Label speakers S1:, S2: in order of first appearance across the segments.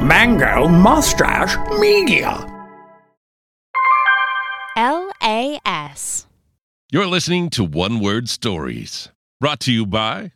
S1: Mango Mustache Media.
S2: LAS.
S3: You're listening to One Word Stories, brought to you by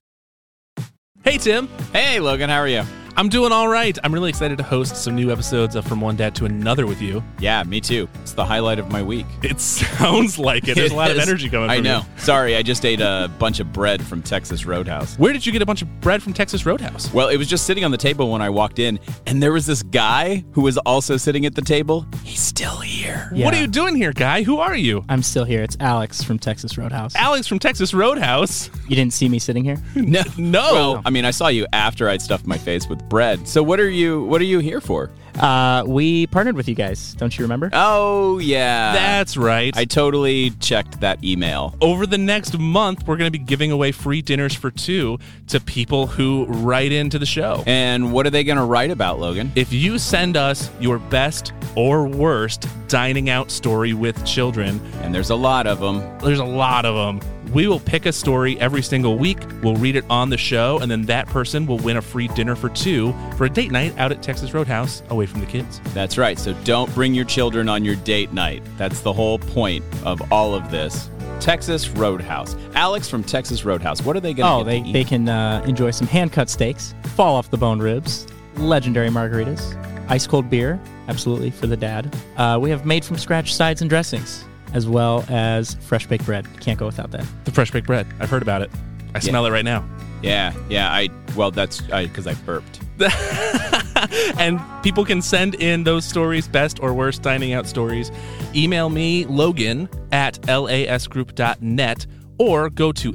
S4: Hey, Tim.
S5: Hey, Logan, how are you?
S4: I'm doing all right. I'm really excited to host some new episodes of From One Dad to Another with you.
S5: Yeah, me too. It's the highlight of my week.
S4: It sounds like it. There's a lot of
S5: Yes.
S4: energy coming
S5: I
S4: from
S5: know.
S4: you.
S5: Sorry, I just ate a bunch of bread from Texas Roadhouse.
S4: Where did you get a bunch of bread from Texas Roadhouse?
S5: Well, it was just sitting on the table when I walked in, and there was this guy who was also sitting at the table. He's still here.
S4: What
S6: Yeah.
S4: are you doing here, guy? Who are you?
S6: I'm still here. It's Alex from Texas Roadhouse.
S4: Alex from Texas Roadhouse.
S6: You didn't see me sitting here?
S5: No.
S4: No.
S5: Well, I mean, I saw you after I'd stuffed my face with bread. So what are you what are you here for?
S6: Uh, we partnered with you guys. Don't you remember?
S5: Oh, yeah.
S4: That's right.
S5: I totally checked that email.
S4: over the next month, we're going to be giving away free dinners for two to people who write into the show.
S5: And what are they going to write about, Logan?
S4: If you send us your best or worst dining out story with children,
S5: And there's a lot of them.
S4: there's a lot of them. We will pick a story every single week. We'll read it on the show, and then that person will win a free dinner for two for a date night out at Texas Roadhouse away from the kids.
S5: That's right. So don't bring your children on your date night. That's the whole point of all of this. Texas Roadhouse. Alex from Texas Roadhouse. What are they going
S6: Oh,
S5: get
S6: they,
S5: to eat?
S6: they can uh, enjoy some hand cut steaks, fall off the bone ribs, legendary margaritas, ice cold beer, absolutely for the dad. Uh, we have made from scratch sides and dressings, as well as fresh baked bread. Can't go without that.
S4: The fresh baked bread. I've heard about it. I smell it right now.
S5: Yeah, yeah. I well, that's because I burped.
S4: and people can send in those stories, best or worst dining out stories. Email me, Logan at lasgroup.net, or go to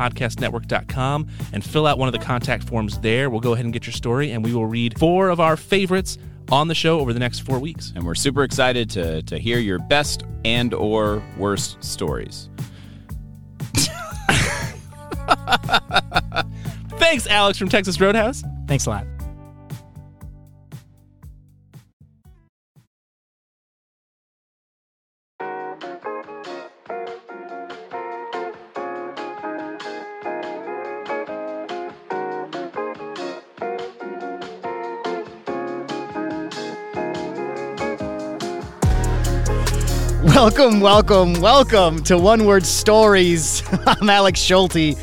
S4: laspodcastnetwork.com and fill out one of the contact forms there. We'll go ahead and get your story, and we will read four of our favorites on the show over the next four weeks.
S5: And we're super excited to to hear your best and or worst stories.
S4: Thanks, Alex from Texas Roadhouse.
S6: Thanks a lot. Welcome, welcome, welcome to One Word Stories. I'm Alex Schulte.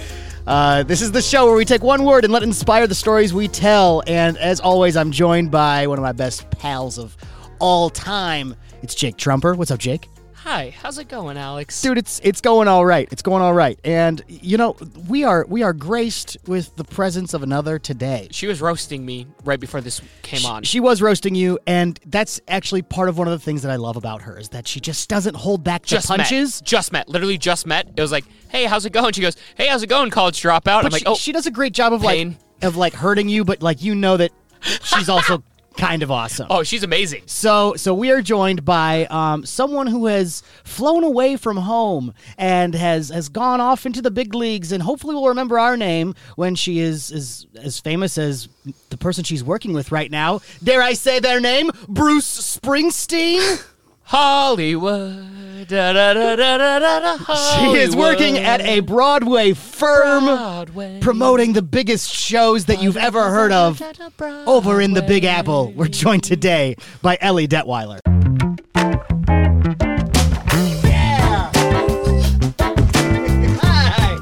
S6: Uh, this is the show where we take one word and let it inspire the stories we tell. And as always, I'm joined by one of my best pals of all time. It's Jake Trumper. What's up, Jake?
S7: Hi, how's it going, Alex?
S6: Dude, it's it's going all right. It's going all right. And you know, we are we are graced with the presence of another today.
S7: She was roasting me right before this came on.
S6: She was roasting you, and that's actually part of one of the things that I love about her is that she just doesn't hold back the
S7: just
S6: punches.
S7: met. Just met. Literally just met. It was like, hey, how's it going? She goes, hey, how's it going, college dropout? I'm
S6: But
S7: like,
S6: she,
S7: oh,
S6: she does a great job of
S7: Pain.
S6: like of like hurting you, but like you know that she's also kind of awesome.
S7: oh, she's amazing.
S6: So, so we are joined by um, someone who has flown away from home and has has gone off into the big leagues, and hopefully will remember our name when she is is as famous as the person she's working with right now. Dare I say their name? Bruce Springsteen.
S7: Hollywood. Da, da, da, da, da, da, da,
S6: She
S7: Hollywood.
S6: is working at a Broadway firm
S7: Broadway.
S6: promoting the biggest shows that you've ever heard of over in the Big Apple. We're joined today by Ellie Detweiler. Hi.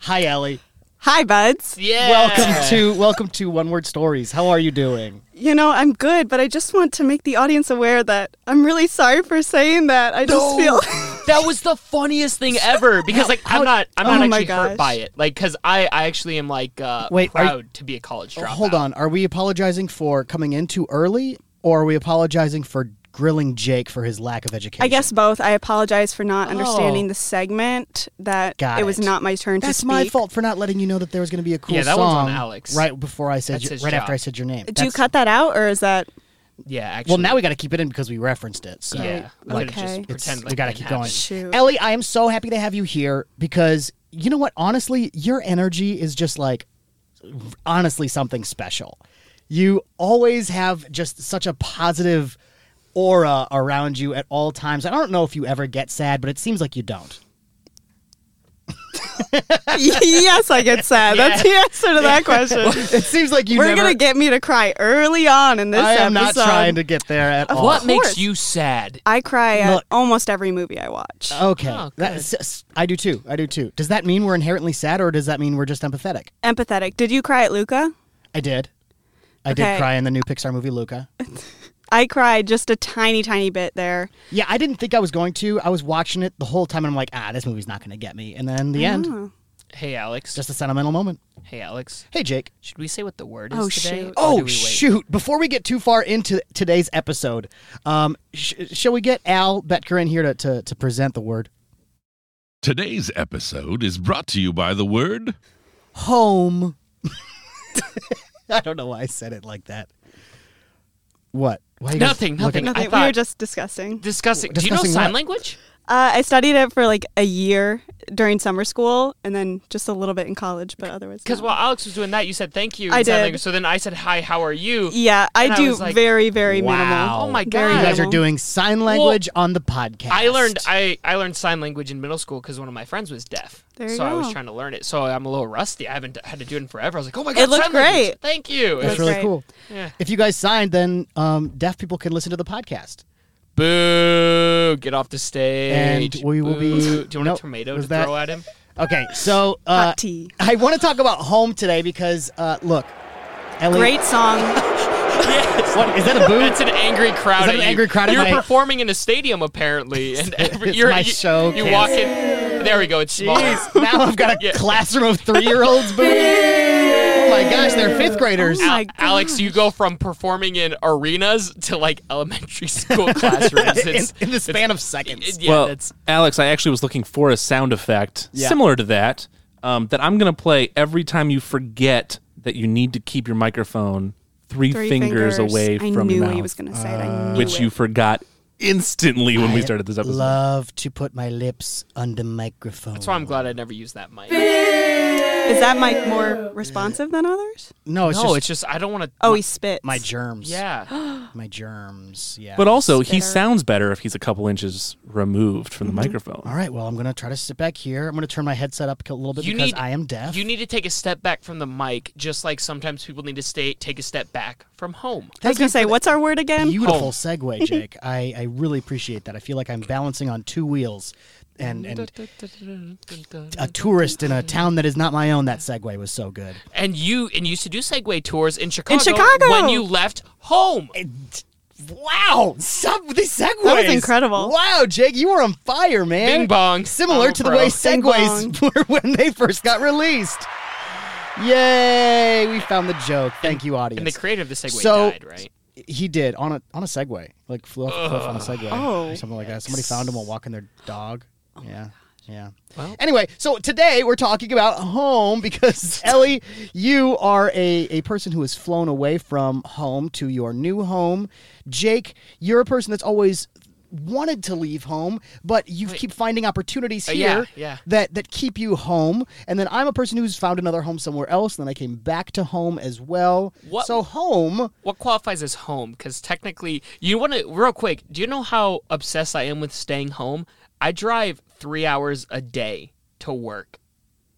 S6: Hi Ellie.
S8: Hi, buds.
S7: Yeah.
S6: Welcome to welcome to One Word Stories. How are you doing?
S8: You know, I'm good, but I just want to make the audience aware that I'm really sorry for saying that. I just feel.
S7: That was the funniest thing ever because like I'm not I'm
S8: Oh
S7: not
S8: my
S7: actually hurt
S8: gosh.
S7: by it like because I I actually am like uh,
S6: Wait, are you- Oh,
S7: proud to be a college dropout.
S6: Hold on. Are we apologizing for coming in too early or are we apologizing for grilling Jake for his lack of education?
S8: I guess both. I apologize for not understanding
S7: Oh.
S8: the segment that
S6: Got
S8: it was
S6: it.
S8: not my turn to
S6: That's
S8: speak.
S6: my fault for not letting you know that there was going to be a cool
S7: Yeah, that
S6: song.
S7: one's on Alex.
S6: Right before I said,
S7: That's
S6: your-
S7: his
S6: right
S7: job.
S6: after I said your name.
S8: Do you
S6: That's-
S8: cut that out, or is that
S7: Yeah. Actually.
S6: Well, now we got to keep it in because we referenced it. So.
S7: Yeah. I'm
S8: Like,
S7: gonna just
S8: okay.
S6: It's-
S7: pretend like
S6: we got to
S7: it
S6: keep
S7: happened.
S6: going.
S8: Shoot.
S6: Ellie, I am so happy to have you here because you know what? Honestly, your energy is just like honestly something special. You always have just such a positive aura around you at all times. I don't know if you ever get sad, but it seems like you don't.
S8: yes, I get sad. That's the answer to that question.
S6: It seems like you
S8: We're
S6: never-
S8: gonna get me to cry early on in this
S6: I am
S8: episode.
S6: not trying to get there at all.
S7: What
S8: course.
S7: makes you sad?
S8: I cry at
S6: Look.
S8: almost every movie I watch.
S6: Okay.
S7: Oh,
S6: That's- s- I do too. I do too. Does that mean we're inherently sad or does that mean we're just empathetic?
S8: Empathetic. Did you cry at Luca?
S6: I did. I did
S8: Okay.
S6: cry in the new Pixar movie Luca.
S8: I cried just a tiny, tiny bit there.
S6: Yeah, I didn't think I was going to. I was watching it the whole time and I'm like, ah, this movie's not going to get me. And then the
S7: Oh.
S8: Oh.
S6: end,
S7: Hey, Alex.
S6: just a sentimental moment.
S7: hey, Alex.
S6: Hey, Jake.
S7: Should we say what the word is
S8: Oh, shoot.
S7: today? or do we
S6: Oh
S7: wait?
S6: shoot! Before we get too far into today's episode, um, sh- shall we get Al Betker in here to, to to present the word
S3: Today's episode is brought to you by the word
S6: home? I don't know why I said it like that. What? Why you guys
S7: Nothing,
S6: looking-
S7: nothing. I
S8: Nothing. We were
S7: thought-
S8: just discussing.
S7: Discussing. Do you know
S6: Discussing
S7: sign
S6: what?
S7: language?
S8: Uh, I studied it for like a year during summer school, and then just a little bit in college, but otherwise.
S7: Because
S8: no.
S7: while Alex was doing that, you said thank you.
S8: I
S7: in sign
S8: did.
S7: language. So then I said hi. How are you?
S8: yeah, I
S7: And I
S8: do
S7: was like,
S8: very, very minimal.
S7: Oh my god.
S8: Very
S6: You guys are
S8: Minimal.
S6: doing sign language on the podcast.
S7: I learned I, I learned sign language in middle school because one of my friends was deaf.
S8: There you
S7: so I was
S8: go.
S7: trying to learn it. So I'm a little rusty. I haven't had to do it in forever. I was like, oh my god,
S8: looked
S7: sign language.
S8: great.
S7: Thank you.
S6: That's
S8: That's
S6: really
S8: right.
S6: cool.
S7: Yeah.
S6: If you guys signed, then um, deaf people can listen to the podcast.
S7: Boo! Get off the stage.
S6: And we will
S7: Boo.
S6: be-
S7: Do you want
S6: Nope.
S7: a tomato
S6: Was
S7: to
S6: that-
S7: throw at him?
S6: Okay, so uh,
S8: Hot tea.
S6: I want to talk about home today because uh, look, Ellie,
S8: Great song.
S6: What is that a boo?
S7: That's an angry crowd.
S6: Is that
S7: at
S6: an
S7: you.
S6: angry crowd at
S7: You're
S6: my-
S7: performing in a stadium apparently, and every,
S6: It's
S7: you're
S6: my
S7: you,
S6: show,
S7: You
S6: Candace.
S7: walk in. There we go. It's small.
S6: Jeez, now I've got a
S7: Yeah.
S6: classroom of three-year-olds booing. Oh my gosh, they're fifth graders.
S8: Oh my
S7: Al- Alex, you go from performing in arenas to like elementary school classrooms.
S6: in,
S7: It's,
S6: in the span of seconds.
S7: yeah,
S4: well,
S7: that's
S4: Alex, I actually was looking for a sound effect similar to that um, that I'm going to play every time you forget that you need to keep your microphone three,
S8: Three
S4: fingers, away
S8: I
S4: from
S8: knew
S4: mouth, uh,
S8: he was going to say it. I knew
S4: which
S8: it.
S4: you forgot instantly when we started this episode.
S6: Love to put my lips under microphone.
S7: that's why I'm glad I never used that mic.
S8: Is that mic more responsive than others?
S6: No, it's
S7: no,
S6: just
S7: it's just I don't want to.
S8: Oh, he spits.
S6: my germs.
S7: yeah.
S6: my germs. Yeah.
S4: But also, he
S8: Spitter.
S4: sounds better if he's a couple inches removed from the microphone.
S6: all right. Well, I'm gonna try to sit back here. I'm gonna turn my headset up a little bit
S7: You
S6: because
S7: need-
S6: I am deaf.
S7: You need to take a step back from the mic, just like sometimes people need to stay take a step back from home.
S8: I was going to say, what's our word again?
S6: Beautiful
S7: Home.
S6: segue, Jake. I, I really appreciate that. I feel like I'm balancing on two wheels, and and a tourist in a town that is not my own. That segue was so good.
S7: And you and you used to do Segway tours in Chicago.
S8: Chicago!
S7: when you left home.
S6: Wow, some these segues.
S8: That was incredible.
S6: Wow, Jake, you were on fire, man.
S7: Bing bong. Oh,
S6: Similar
S7: I'm a
S6: to the
S7: pro.
S6: way
S8: Bing
S6: segues were when they first got released. Yay, we found the joke. Thank you, audience.
S7: And the creator of the Segway
S6: So-
S7: died, right?
S6: he did on a on a Segway, like flew off a cliff on a Segway
S8: Oh.
S6: or something like that. Somebody found him while walking their dog. yeah. Yeah. anyway, so today we're talking about home because Ellie, you are a, a person who has flown away from home to your new home. Jake, you're a person that's always wanted to leave home, but you keep finding opportunities
S7: Uh,
S6: here
S7: yeah, yeah.
S6: that that keep you home. And then I'm a person who's found another home somewhere else, and then I came back to home as well.
S7: What-
S6: So home
S7: What qualifies as home? Because technically, you want to real quick. Do you know how obsessed I am with staying home? I drive three hours a day to work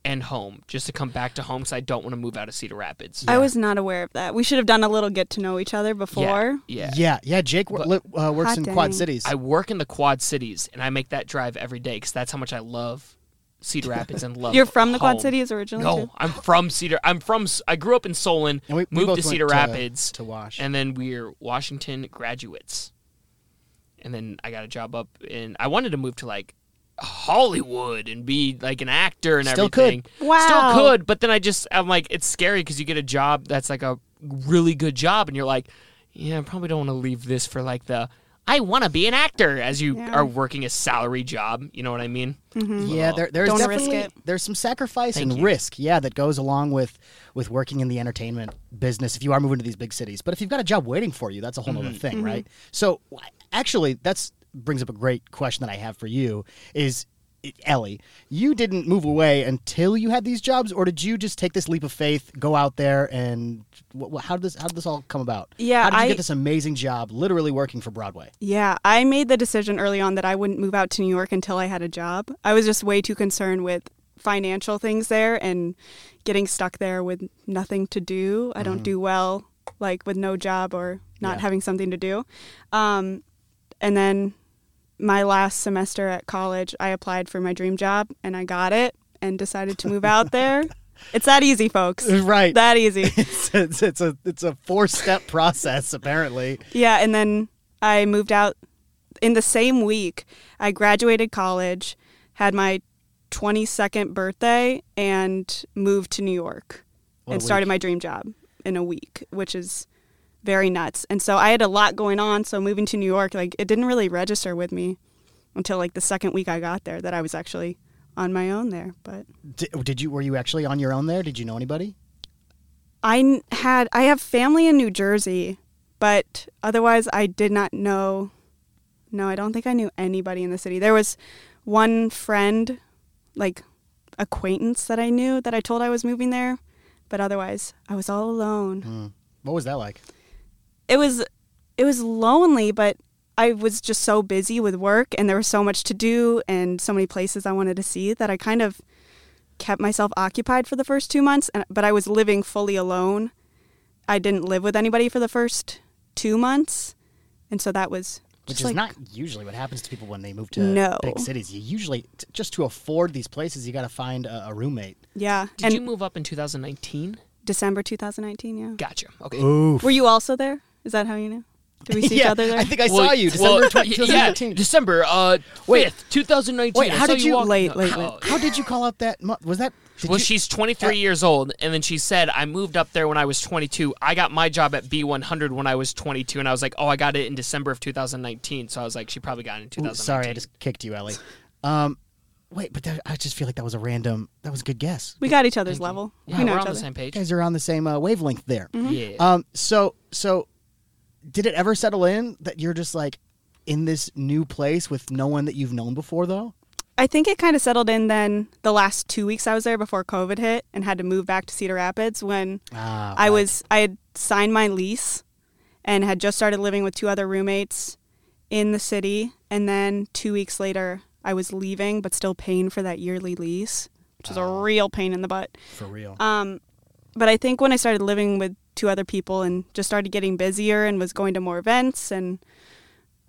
S7: and home just to come back to home because I don't want to move out of Cedar Rapids.
S8: I was not aware of that. We should have done a little get to know each other before.
S7: yeah.
S6: Yeah, yeah. Jake wor- li- uh, works
S8: Hot
S6: in
S8: dang.
S6: Quad Cities.
S7: I work in the Quad Cities, and I make that drive every day because that's how much I love Cedar Rapids and love.
S8: You're from the
S7: home.
S8: Quad Cities originally?
S7: No,
S8: too?
S7: I'm from Cedar. I'm from. S- I grew up in Solon,
S6: And we- we both
S7: moved to
S6: went
S7: Cedar
S6: to-
S7: Rapids
S6: to Wash.
S7: and then we're Washington graduates. And then I got a job up in. I wanted to move to like Hollywood and be like an actor and
S6: Still could.
S7: everything.
S8: Wow.
S7: Still could, but then I just I'm like it's scary because you get a job that's like a really good job and you're like, yeah, I probably don't want to leave this for like the. I want to be an actor as you
S8: Yeah.
S7: are working a salary job. You know what I mean?
S6: yeah, there, there's
S8: Don't risk
S6: definitely
S8: it.
S6: there's some sacrifice and
S7: you.
S6: risk. Yeah, that goes along with with working in the entertainment business. If you are moving to these big cities, but if you've got a job waiting for you, that's a whole other
S8: Mm-hmm.
S6: thing, right? So, wh- actually, that's brings up a great question that I have for you is. i- Ellie, you didn't move away until you had these jobs, or did you just take this leap of faith, go out there, and wh- wh- how did this how did this all come about?
S8: Yeah,
S6: how did you
S8: I-
S6: get this amazing job, literally working for Broadway?
S8: Yeah, I made the decision early on that I wouldn't move out to New York until I had a job. I was just way too concerned with
S7: financial things there and getting stuck there with nothing to do. I don't do well, like with no job or not having something to do. Um, and then my last semester at college, I applied for my dream job and I got it and decided to move out there. It's that easy, folks.
S6: Right.
S7: That easy.
S6: it's, it's, it's a it's a four step process apparently.
S7: Yeah, and then I moved out in the same week. I graduated college, had my 22nd birthday, and moved to New York
S6: What
S7: and
S6: a
S7: started my dream job in a week, which is very nuts. And so I had a lot going on, so moving to New York like it didn't really register with me until like the second week I got there that I was actually on my own there, but
S6: Did, did you were you actually on your own there? Did you know anybody?
S7: I n- had I have family in New Jersey, but otherwise I did not know. No, I don't think I knew anybody in the city. There was one friend, like acquaintance that I knew that I told I was moving there, but otherwise I was all alone.
S6: What was that like?
S7: It was it was lonely, but I was just so busy with work and there was so much to do and so many places I wanted to see that I kind of kept myself occupied for the first 2 months and, but I was living fully alone. I didn't live with anybody for the first 2 months. And so that was
S6: Which
S7: just
S6: is
S7: like
S6: not usually what happens to people when they move to
S7: No.
S6: big cities. You usually t- just to afford these places, you got to find a, a roommate.
S7: yeah,
S4: Did
S7: and
S4: you move up in 2019?
S7: December 2019, yeah.
S4: Gotcha. Okay.
S7: Were you also there? Is that how you knew? Did we see each other there?
S6: I think I
S4: Well,
S6: saw you
S4: well,
S6: December tw-
S4: yeah,
S6: 2019.
S4: Yeah, December uh,
S6: Wait.
S4: 5th, 2019.
S6: Wait,
S4: I
S6: how
S4: saw
S6: did you-
S4: walking-
S7: Late, late,
S4: Oh,
S6: How did you call out that? Mo- was that? did
S4: well,
S6: you-
S4: she's 23
S9: Uh,
S4: years old, and then she said, I moved up there when I was 22. I got my job at B100 when I was 22, and I was like, oh, I got it in December of 2019. So I was like, she probably got it in
S6: Ooh,
S4: 2019.
S6: sorry, I just kicked you, Ellie. Um, wait, but that, I just feel like that was a random. That was a good guess.
S7: we got each other's level.
S4: Yeah,
S7: we know
S4: we're
S7: each
S4: on
S7: other.
S4: the same page.
S6: You guys are on the same uh, wavelength there.
S7: Mm-hmm.
S4: Yeah.
S6: Um, so so, did it ever settle in that you're just like in this new place with no one that you've known before, though?
S7: I think it kind of settled in then the last two weeks I was there before COVID hit and had to move back to Cedar Rapids when
S6: Ah,
S7: I was I had signed my lease and had just started living with two other roommates in the city and then two weeks later I was leaving but still paying for that yearly lease, which is a real pain in the butt.
S6: for real.
S7: Um, But I think when I started living with two other people and just started getting busier and was going to more events and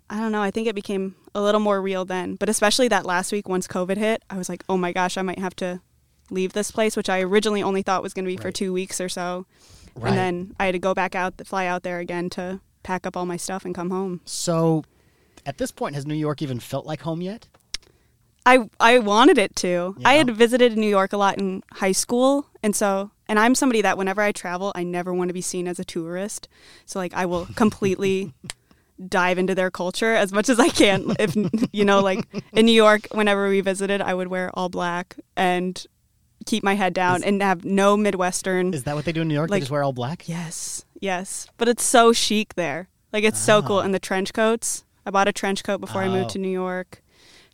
S7: I don't know, I think it became a little more real then. But especially that last week once COVID hit, I was like, "Oh my gosh, I might have to leave this place," which I originally only thought was going to be for 2 weeks or so.
S6: Right.
S7: And then I had to go back out, fly out there again to pack up all my stuff and come home.
S6: so, at this point, has New York even felt like home yet?
S7: I I wanted it to. I
S6: Yeah.
S7: had visited New York a lot in high school, and so and I'm somebody that whenever I travel, I never want to be seen as a tourist. So like I will completely dive into their culture as much as I can. If you know, like in New York, whenever we visited, I would wear all black and keep my head down and have no Midwestern.
S6: Is that what they do in New York? they
S7: Like-
S6: just wear all black.
S7: yes, yes, but it's so chic there. Like it's so cool, and the trench coats. I bought a trench coat before I
S6: Ah. Oh.
S7: moved to New York.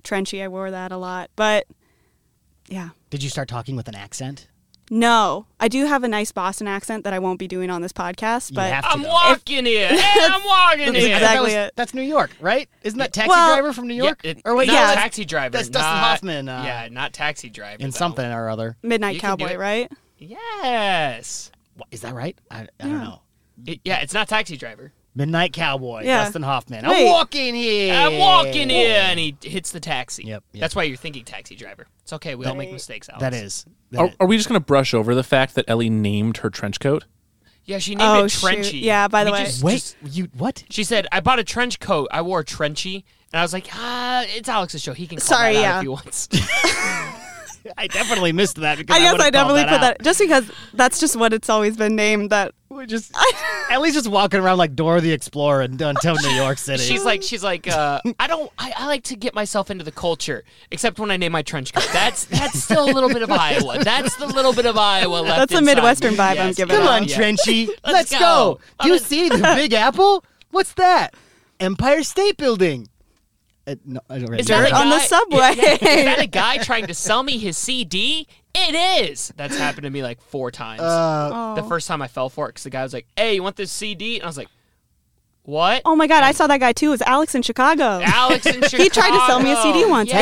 S7: Trenchy, I wore that a lot, but yeah.
S6: Did you start talking with an accent?
S7: No, I do have a nice Boston accent that I won't be doing on this podcast,
S6: you
S7: but
S6: have to.
S4: I'm
S6: though.
S4: walking here. Hey, I'm walking
S6: Isn't- I
S4: here.
S6: thought that
S7: exactly
S6: was-
S7: it.
S6: That's New York, right? Isn't that taxi
S7: Well-
S6: driver from New York?
S4: Yeah, it-
S6: or wait,
S4: not
S6: no,
S7: yeah.
S6: that's-
S4: taxi driver.
S6: that's Dustin
S4: not-
S6: Hoffman, uh,
S4: yeah, not taxi driver.
S6: in
S4: though.
S6: something or other.
S7: Midnight
S4: You can do
S7: Cowboy,
S4: it.
S7: right?
S4: Yes.
S6: What- Is that right? I, I don't know.
S4: It- yeah, it's not taxi driver.
S6: Midnight Cowboy,
S7: Yeah.
S6: Dustin Hoffman. I'm
S7: Wait.
S6: walking here.
S4: I'm walking here, and he hits the taxi.
S6: Yep, yep.
S4: That's why you're thinking taxi driver. It's okay. We all make mistakes. Alex.
S6: That is.
S4: Oh,
S6: that
S9: Are,
S6: is-
S9: are we just going to brush over the fact that Ellie named her trench coat?
S4: Yeah, she named
S7: Oh,
S4: it
S7: shoot.
S4: Trenchy.
S7: Yeah, by the
S4: We
S7: way-
S4: just-
S6: Wait,
S4: just-
S6: you what?
S4: she said, "I bought a trench coat. I wore Trenchy." And I was like, "Ah, it's Alex's show. He can call
S7: Sorry,
S4: that out
S7: yeah.
S4: if he wants."
S6: I definitely missed that because
S7: I guess
S6: would've
S7: I definitely
S6: called
S7: put
S6: that.
S7: that just because that's just what it's always been named. That
S6: out. We're just at least just walking around like Dora the Explorer in downtown New York City.
S4: she's like, "She's like, uh, I don't. I, I like to get myself into the culture, except when I name my trench coat. That's that's still a little bit of Iowa. That's the little bit of Iowa left.
S7: That's a
S4: inside me.
S7: Midwestern vibe I'm
S4: Yes.
S7: giving
S6: "Come
S7: Yeah.
S6: on, Trenchy, let's, go.
S4: go.
S6: Do you see the Big Apple? What's that? Empire State Building." Uh, no, I don't really
S4: Is
S6: know.
S4: that
S7: Dirt
S4: a
S7: on the
S4: guy-
S7: subway.
S4: Yeah, Is that a guy trying to sell me his CD? It is. That's happened to me like four times.
S6: Uh,
S7: oh,
S4: the first time I fell for it because the guy was like, "Hey, you want this CD?" And I was like, What?
S7: Oh my god, I saw that guy too. It was Alex in Chicago.
S4: Alex in Chicago.
S7: He tried to sell me a CD once.
S4: Yeah.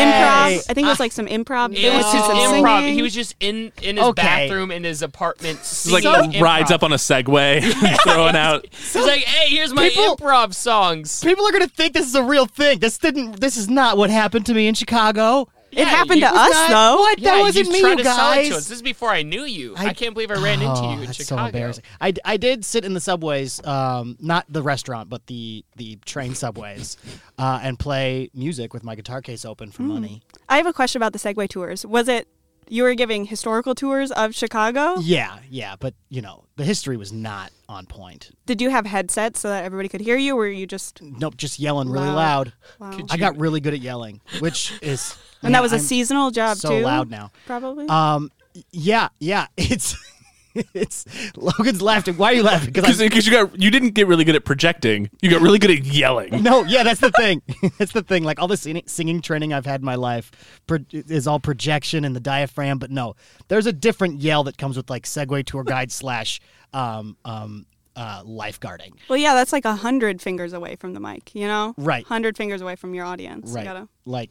S6: Yay.
S7: Improv. I think it was like some improv.
S4: It was
S7: bits
S4: just
S7: and
S4: improv.
S7: singing.
S4: He was just in in his
S6: Okay.
S4: bathroom in his apartment.
S9: It's like
S4: singing
S9: rides
S4: improv.
S9: up on a Segway, throwing out.
S4: He's like, "Hey, here's my
S6: People-
S4: improv songs."
S6: People are gonna think this is a real thing. This didn't. This is not what happened to me in Chicago.
S7: It happened
S4: you-
S7: to us
S6: not-
S7: though.
S6: what?
S4: Yeah,
S6: that wasn't
S4: you
S6: me,
S4: tried to
S6: you
S4: sell it to
S6: guys.
S4: us. This is before I knew you. I,
S6: I-
S4: can't believe I ran
S6: Oh,
S4: into you in
S6: that's
S4: Chicago.
S6: so embarrassing. I, I did sit in the subways, um, not the restaurant, but the the train subways, uh, and play music with my guitar case open
S7: Hmm.
S6: for money.
S7: I have a question about the Segway tours. Was it you were giving historical tours of Chicago?
S6: Yeah, yeah, but you know the history was not on point.
S7: Did you have headsets so that everybody could hear you? Or were you just
S6: Nope, just yelling really
S7: Loud.
S6: loud.
S7: wow?
S6: I got really good at yelling, which is
S7: and that was
S6: a
S7: a seasonal job
S6: so
S7: too.
S6: loud now.
S7: Probably.
S4: Uh,
S6: Um, yeah, yeah, it's it's Logan's laughing. Why are you laughing?
S9: Because
S6: Because
S9: you got you didn't get really good at projecting. You got really good at yelling.
S6: no, yeah, that's the thing. that's the thing. Like all the singing, singing training I've had in my life pro- is all projection and the diaphragm. But no, there's a different yell that comes with like Segway tour guide slash um um uh lifeguarding.
S7: well, yeah, that's like a hundred fingers away from the mic. You know,
S6: Right.
S7: Hundred fingers away from your audience. You
S6: Right.
S7: gotta-
S6: Like,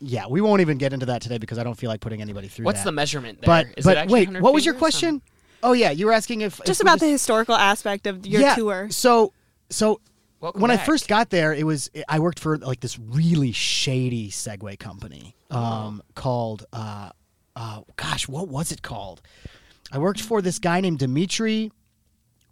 S6: yeah, we won't even get into that today because I don't feel like putting anybody through
S4: What's
S6: that.
S4: the measurement there?
S6: but
S4: Is it
S6: but
S4: actually
S6: wait,
S4: 100
S6: what was your
S4: fingers?
S6: question? Oh yeah, you were asking if
S7: just
S6: if we
S7: about the historical aspect of your tour.
S6: So, so
S4: Welcome
S6: when I
S4: back.
S6: first got there, it was I worked for like this really shady Segway company um, called, uh, uh, gosh, what was it called? I worked for this guy named Dimitri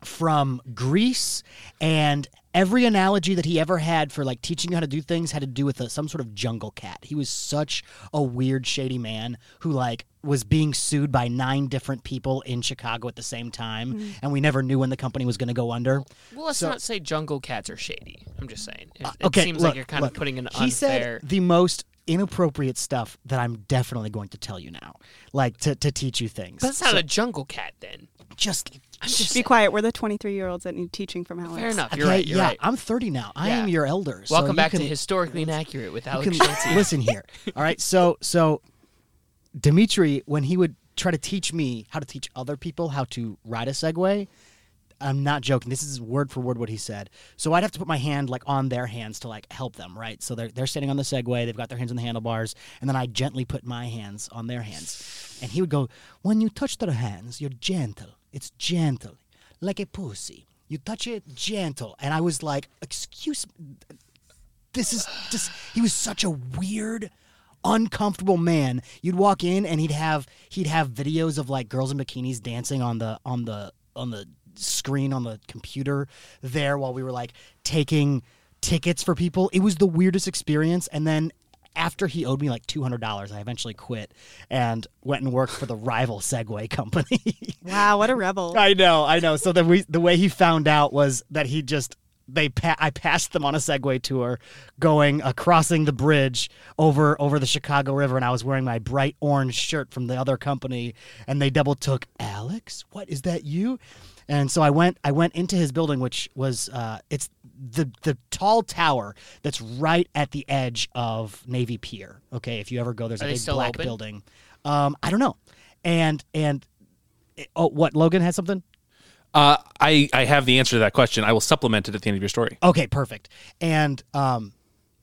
S6: from Greece, and every analogy that he ever had for like teaching you how to do things had to do with a, some sort of jungle cat. He was such a weird, shady man who like was being sued by nine different people in Chicago at the same time,
S4: Mm.
S6: and we never knew when the company was going to go under.
S4: Well, let's
S6: So-
S4: not say jungle cats are shady. I'm just saying. It, it
S6: okay,
S4: seems
S6: look,
S4: like you're kind
S6: look.
S4: of putting an
S6: He
S4: unfair.
S6: said the most inappropriate stuff that I'm definitely going to tell you now, like to, to teach you things.
S4: but that's not a jungle cat then.
S6: just
S7: Just be quiet. We're the 23 year olds that need teaching from Alex.
S4: Fair enough. You're
S6: okay,
S4: right. You're
S6: yeah,
S4: right.
S6: I'm 30 now. I
S4: Yeah.
S6: am your elder. so
S4: Welcome
S6: you
S4: back
S6: can-
S4: to historically inaccurate with
S6: you
S4: Alex
S6: can
S4: Schulte.
S6: listen here. All right, so so Dimitri, when he would try to teach me how to teach other people how to ride a Segway, I'm not joking. This is word for word what he said. So I'd have to put my hand like on their hands to like help them, right? So they're they're standing on the Segway, they've got their hands on the handlebars, and then I gently put my hands on their hands, and he would go, "When you touch their hands, you're gentle. It's gentle, like a pussy." You touch it gentle, and I was like, "Excuse this is just he was such a weird uncomfortable man you'd walk in and he'd have he'd have videos of like girls in bikinis dancing on the on the on the screen on the computer there while we were like taking tickets for people it was the weirdest experience and then after he owed me like $200 i eventually quit and went and worked for the rival segway company
S7: Wow, what a rebel.
S4: Uh,
S6: I know, I know. So the we, the way he found out was that he just they pa- I passed them on a Segway tour, going uh, crossing the bridge over over the Chicago River, and I was wearing my bright orange shirt from the other company, and they double took Alex. What is that you? And so I went I went into his building, which was uh, it's the the tall tower that's right at the edge of Navy Pier. Okay, if you ever go, there's
S4: Are
S6: a
S4: they
S6: big
S4: still
S6: black
S4: open?
S6: building. Um, I don't know, and and oh, what Logan has something.
S9: Uh, I I have the answer to that question. I will supplement it at the end of your story.
S6: Okay, perfect. And um,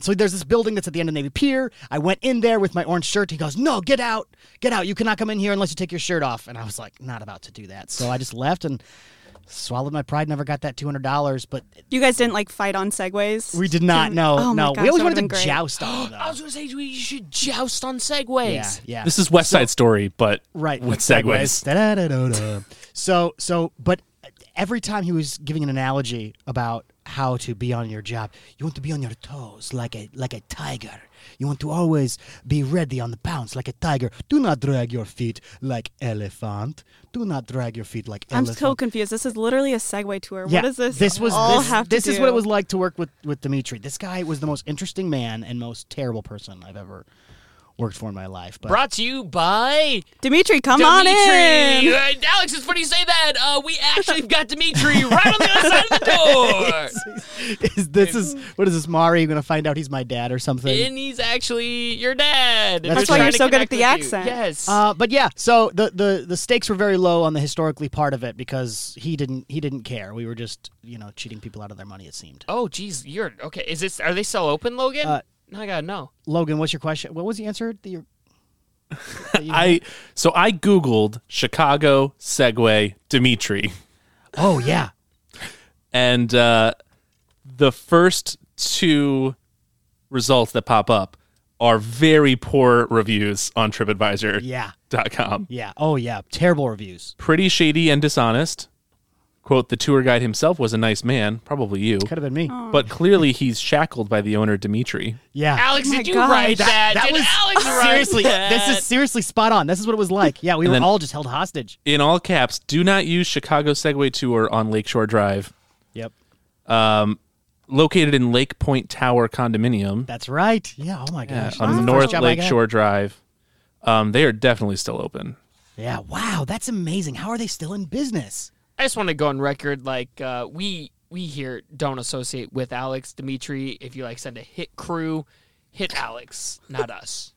S6: so there's this building that's at the end of Navy Pier. I went in there with my orange shirt. He goes, "No, get out, get out. You cannot come in here unless you take your shirt off." And I was like, "Not about to do that." So I just left and swallowed my pride. Never got that two hundred dollars, but
S7: You guys didn't like fight on segways.
S6: we did not. No,
S7: Oh my
S6: no.
S7: gosh,
S6: we
S7: that
S6: always
S7: would've
S6: wanted
S7: been
S6: to
S7: great.
S6: joust on
S4: I was
S6: them.
S4: going to say you should joust on segways.
S6: yeah, yeah.
S9: This is West Side Story, but
S6: right
S9: with segways.
S6: Da-da-da-da-da. so so but every time he was giving an analogy about how to be on your job you want to be on your toes like a like a tiger you want to always be ready on the bounce like a tiger do not drag your feet like elephant do not drag your feet like
S7: I'm
S6: elephant
S7: so confused. This is literally a Segway tour.
S6: yeah,
S7: what does this?
S6: This was
S7: all
S6: this,
S7: have to
S6: this is what it
S7: do?
S6: was like to work with with Dimitri. This guy was the most interesting man and most terrible person I've ever worked for in my life. But
S4: Brought to you by
S7: Dimitri, come on
S4: Dimitri.
S7: in.
S4: Uh, Alex is funny you say that. Uh, we actually have got Dimitri right on the other side of the door.
S6: is this is what is this Mari? You're gonna find out he's my dad or something.
S4: and he's actually your dad.
S6: That's
S4: They're
S6: why
S4: trying
S6: you're
S4: to
S7: so good
S4: connect
S7: at the
S4: with you.
S7: accent.
S4: Yes.
S6: Uh, but yeah, so the, the the stakes were very low on the historically part of it because he didn't he didn't care. We were just you know cheating people out of their money. It seemed.
S4: oh, geez, you're okay. Is this? Are they still open, Logan?
S6: Uh,
S4: no, I gotta know.
S6: Logan, what's your question? What was the answer? That you
S9: I so I googled Chicago Segway Dimitri,
S6: oh yeah,
S9: and uh, the first two results that pop up are very poor reviews on TripAdvisor.com.
S6: yeah, yeah. Oh yeah, terrible reviews.
S9: Pretty shady and dishonest. Quote: The tour guide himself was a nice man, probably you,
S6: Could have been
S7: Oh.
S6: me.
S9: but clearly he's shackled by the owner Dimitri.
S6: Yeah.
S4: Alex,
S7: Oh my
S4: did you
S7: gosh.
S4: write that?
S6: that
S4: did
S6: was-
S4: Alex write
S6: Seriously,
S4: that?
S6: this is seriously spot on. This is what it was like. Yeah, we were
S9: then-
S6: all just held hostage.
S9: In all caps, do not use Chicago Segway Tour on Lakeshore Drive,
S6: Yep,
S9: located in Lake Point Tower Condominium.
S6: that's right. Yeah. Oh my gosh, That's the
S9: on
S6: first
S9: North
S6: job I
S9: Lake
S6: got.
S9: Shore Drive. Um, they are definitely still open.
S6: Yeah. Wow, that's amazing. How are they still in business?
S4: I just want to go on record, like uh, we we here don't associate with Alex Dimitri. If you like, send a hit crew, hit Alex, not us.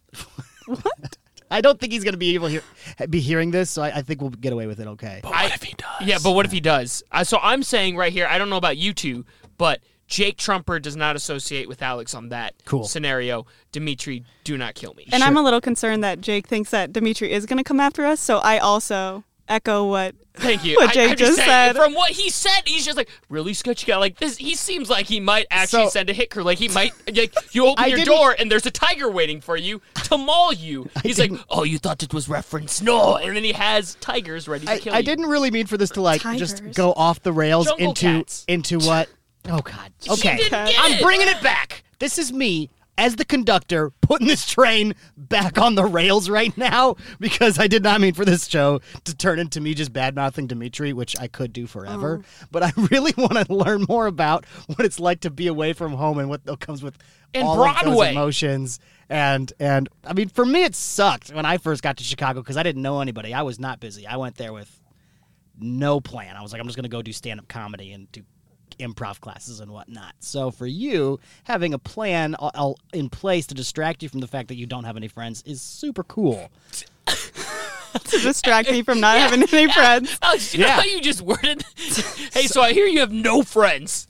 S6: I don't think he's going to be able to hear, be hearing this, so I, I think we'll get away with it. Okay.
S4: What if he does? Yeah, but what if he does? Uh, so I'm saying right here, I don't know about you two, but Jake Trumper does not associate with Alex on that
S6: Cool.
S4: scenario. Dimitri, do not kill me.
S7: And I'm a little concerned that Jake thinks that Dimitri is going to come after us. So I also echo what.
S4: Thank you.
S7: What
S4: I-
S7: Jake
S4: I'm just
S7: just
S4: saying,
S7: said.
S4: From what he said, he's just like really sketchy guy. Like this, he seems like he might actually
S6: So-
S4: send a hit crew. Like he might, like you open
S6: I
S4: your
S6: didn't-
S4: door and there's a tiger waiting for you to maul you. He's like, oh, you thought it was reference? No, and then he has tigers ready to
S6: I,
S4: kill
S6: I
S4: you.
S6: didn't really mean for this to like just
S7: Tigers.
S6: go off the rails
S4: Jungle
S6: into
S4: cats.
S6: into what? Oh God.
S4: She
S6: Okay.
S4: didn't get
S6: I'm
S4: it.
S6: bringing it back. This is me as the conductor putting this train back on the rails right now because I did not mean for this show to turn into me just bad mouthing Dimitri, which I could do forever. But I really want to learn more about what it's like to be away from home and what comes with
S4: And
S6: all of those
S4: Broadway.
S6: emotions. And and I mean, for me, it sucked when I first got to Chicago because I didn't know anybody. I was not busy. I went there with no plan. I was like, I'm just going to go do stand up comedy and do improv classes and whatnot. So for you, having a plan all- all in place to distract you from the fact that you don't have any friends is super cool.
S7: to distract me from not having any friends.
S4: Alex, you know
S6: Yeah.
S4: how Oh, you just worded? hey, so I hear you have no friends.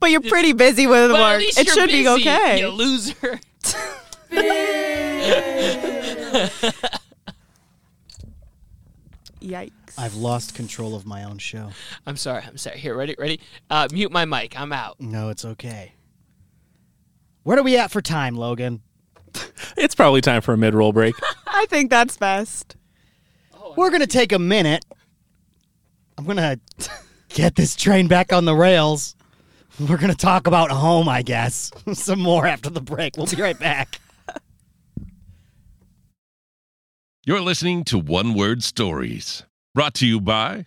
S7: But you're pretty busy with
S4: Well, at
S7: work.
S4: least
S7: It
S4: you're
S7: should
S4: busy,
S7: be okay.
S4: You loser.
S7: Yikes.
S6: I've lost control of my own show.
S4: I'm sorry. I'm sorry. Here, ready, ready. Uh, mute my mic. I'm out.
S6: No, it's okay. Where are we at for time, Logan?
S9: It's probably time for a mid roll break.
S7: I think that's best.
S6: We're going to take a minute. I'm going to get this train back on the rails. We're going to talk about home, I guess, some more after the break. We'll be right back.
S3: You're listening to One Word Stories, brought to you by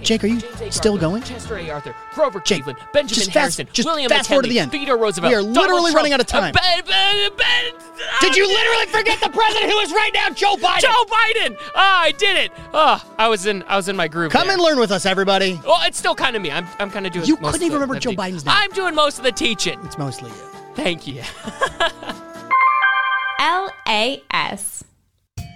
S6: Jake, are you still going?
S4: Chester A. Arthur, Grover
S6: Jake,
S4: Cleveland, Benjamin
S6: just fast-
S4: Harrison,
S6: just
S4: William McKinley,
S6: fast forward to the end.
S4: Theodore Roosevelt.
S6: We are literally
S4: Donald Trump,
S6: running out of time.
S4: uh, Ben- Ben- Ben-
S6: Did you literally forget the president who is right now, Joe Biden?
S4: Joe Biden! Ah, I did it! Ah, I was in I was in my groove.
S6: Come
S4: there.
S6: and learn with us, everybody.
S4: Well, it's still kind of me. I'm, I'm kind of doing.
S6: You
S4: most
S6: couldn't even
S4: of the
S6: remember Joe
S4: lifting.
S6: Biden's name.
S4: I'm doing most of the teaching.
S6: It's mostly you.
S4: Thank you.
S8: L A S.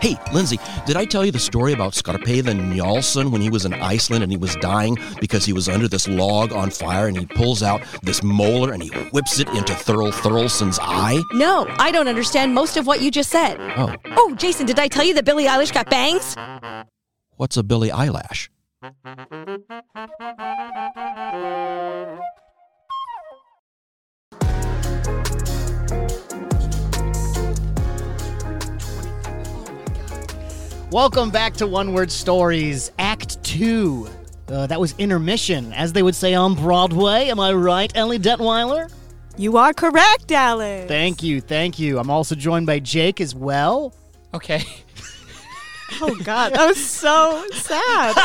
S10: Hey, Lindsay, did I tell you the story about Skarpheyn Njalsson when he was in Iceland and he was dying because he was under this log on fire and he pulls out this molar and he whips it into Thurl Thurlson's eye?
S11: No, I don't understand most of what you just said.
S10: Oh,
S11: Oh, Jason, did I tell you that Billie Eilish got bangs?
S10: what's a Billy eyelash?
S6: Welcome back to One Word Stories, Act Two. Uh, that was intermission, as they would say on Broadway. Am I right, Ellie Detweiler?
S7: You are correct, Alex.
S6: Thank you, thank you. I'm also joined by Jake as well.
S4: Okay.
S7: Oh God, that was so sad.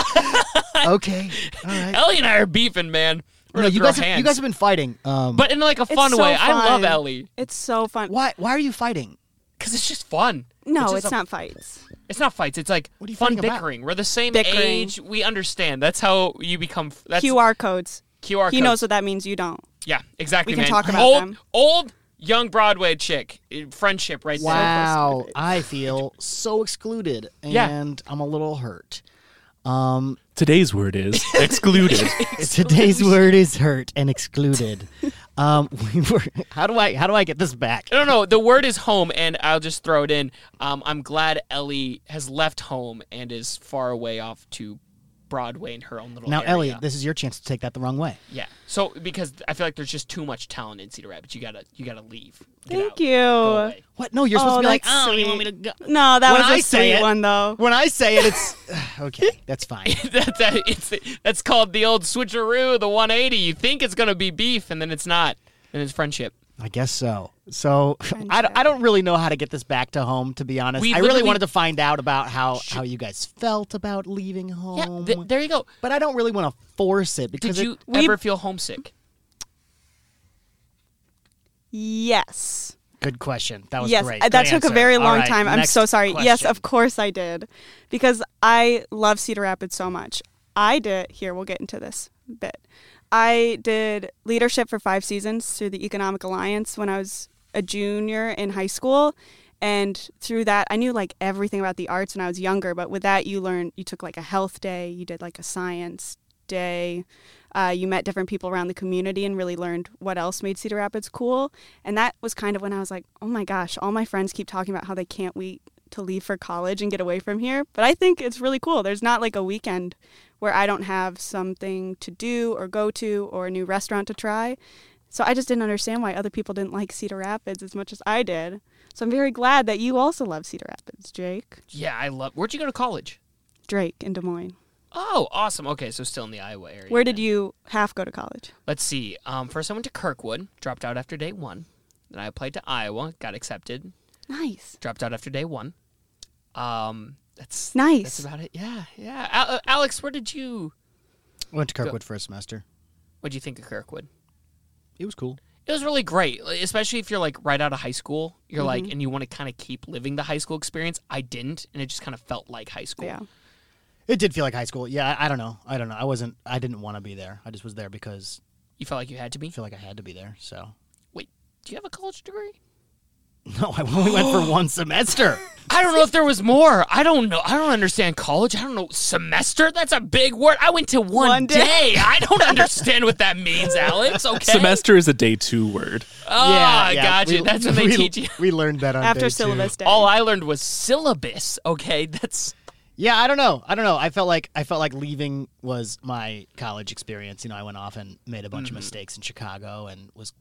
S6: Okay, all right.
S4: Ellie and I are beefing, man. We're
S6: No,
S4: gonna
S6: you
S4: throw
S6: guys, have,
S4: hands.
S6: you guys have been fighting. Um,
S4: but in like a
S7: It's
S4: fun
S7: so
S4: way. I love
S7: fun.
S4: Ellie
S7: It's so fun.
S6: why? Why are you fighting?
S4: because it's just fun.
S7: No,
S4: just
S7: it's
S4: a-
S7: not fights.
S4: It's not fights. It's like
S6: What are you
S4: fun
S6: fighting about?
S4: bickering. We're the same
S7: Bickering.
S4: age. We understand. That's how you become. f- That's
S7: QR codes.
S4: QR.
S7: He
S4: codes.
S7: knows what that means. You don't.
S4: Yeah, exactly.
S7: We can
S4: man.
S7: talk about
S4: old,
S7: them.
S4: Old young Broadway chick eh, friendship right
S6: Wow, I feel so excluded, and
S4: Yeah.
S6: I'm a little hurt.
S9: Today's word is excluded.
S6: Today's word is hurt and excluded. um, we were. How do I? How do I get this back?
S4: there. No, no, the word is home, and I'll just throw it in. Um, I'm glad Ellie has left home and is far away off to Broadway in her own little.
S6: Now,
S4: area.
S6: Ellie, this is your chance to take that the wrong way.
S4: Yeah. So because I feel like there's just too much talent in Cedar Rapids, you gotta you gotta leave. Get
S7: Thank
S4: out.
S7: you.
S4: Go away.
S6: What? No, you're supposed to be like,
S7: that's
S6: oh, you want me to
S7: sweet.
S6: go?
S7: No, that
S6: When
S7: was a
S6: I say
S7: sweet
S6: it-
S7: one though.
S6: When I say it, it's okay. That's fine.
S4: that, that, it's, that's called the old switcheroo, the 180. You think it's gonna be beef, and then it's not, and it's friendship.
S6: I guess so. So I, I don't really know how to get this back to home, to be honest.
S4: We
S6: I really
S4: literally-
S6: wanted to find out about how, how you guys felt about leaving home.
S4: Yeah. Th- there you go.
S6: but I don't really want to force it because
S4: Did
S6: it-
S4: you
S7: we-
S4: ever feel homesick?
S7: Yes.
S6: good question. That was
S7: yes,
S6: great.
S7: uh, that
S6: Good
S7: took
S6: answer.
S7: a very
S6: All
S7: long
S6: right,
S7: time. I'm
S6: next
S7: so sorry. Yes,
S6: question.
S7: of course I did, because I love Cedar Rapids so much. I did. Here, we'll get into this bit. I did leadership for five seasons through the Economic Alliance when I was a junior in high school, and through that, I knew like everything about the arts when I was younger. But with that, you learn. You took like a health day. You did like a science day. Uh, you met different people around the community and really learned what else made Cedar Rapids cool. And that was kind of when I was like, oh my gosh, all my friends keep talking about how they can't wait to leave for college and get away from here. But I think it's really cool. There's not like a weekend where I don't have something to do or go to or a new restaurant to try. So I just didn't understand why other people didn't like Cedar Rapids as much as I did. So I'm very glad that you also love Cedar Rapids, Jake.
S4: Yeah, I love. Where'd you go to college?
S7: Drake in Des Moines.
S4: Oh, awesome. Okay, so still in the Iowa area.
S7: Where did you half go to college?
S4: Let's see. Um, first, I went to Kirkwood, dropped out after day one. Then I applied to Iowa, got accepted,
S7: Nice.
S4: dropped out after day one. Um, that's
S7: Nice.
S4: That's about it. Yeah, yeah. Al- uh, Alex, where did you?
S6: Went to Kirkwood for a semester.
S4: What would you think of Kirkwood?
S6: It was cool.
S4: It was really great, like, especially if you're like right out of high school. You're like, and you want to kind of keep living the high school experience. I didn't, and it just kind of felt like high school.
S7: Yeah.
S6: It did feel like high school. Yeah, I, I don't know. I don't know. I wasn't. I didn't want to be there. I just was there because
S4: You felt like you had to
S6: I
S4: be.
S6: feel like I had to be there. So
S4: Wait, do you have a college degree?
S6: no, I only went for one semester.
S4: I don't know if there was more. I don't know. I don't understand college. I don't know semester. That's a big word. I went to one,
S7: One
S4: day.
S7: day.
S4: I don't understand what that means, Alex. Okay.
S9: Semester is a day two word.
S4: Oh, I got you.
S6: We-
S4: That's what they
S6: we-
S4: teach you.
S6: We learned that on day
S7: After
S6: two.
S7: syllabus day.
S4: All I learned was syllabus. Okay, that's
S6: Yeah, I don't know. I don't know. I felt like I felt like leaving was my college experience. You know, I went off and made a bunch
S4: Mm-hmm.
S6: of mistakes in Chicago and was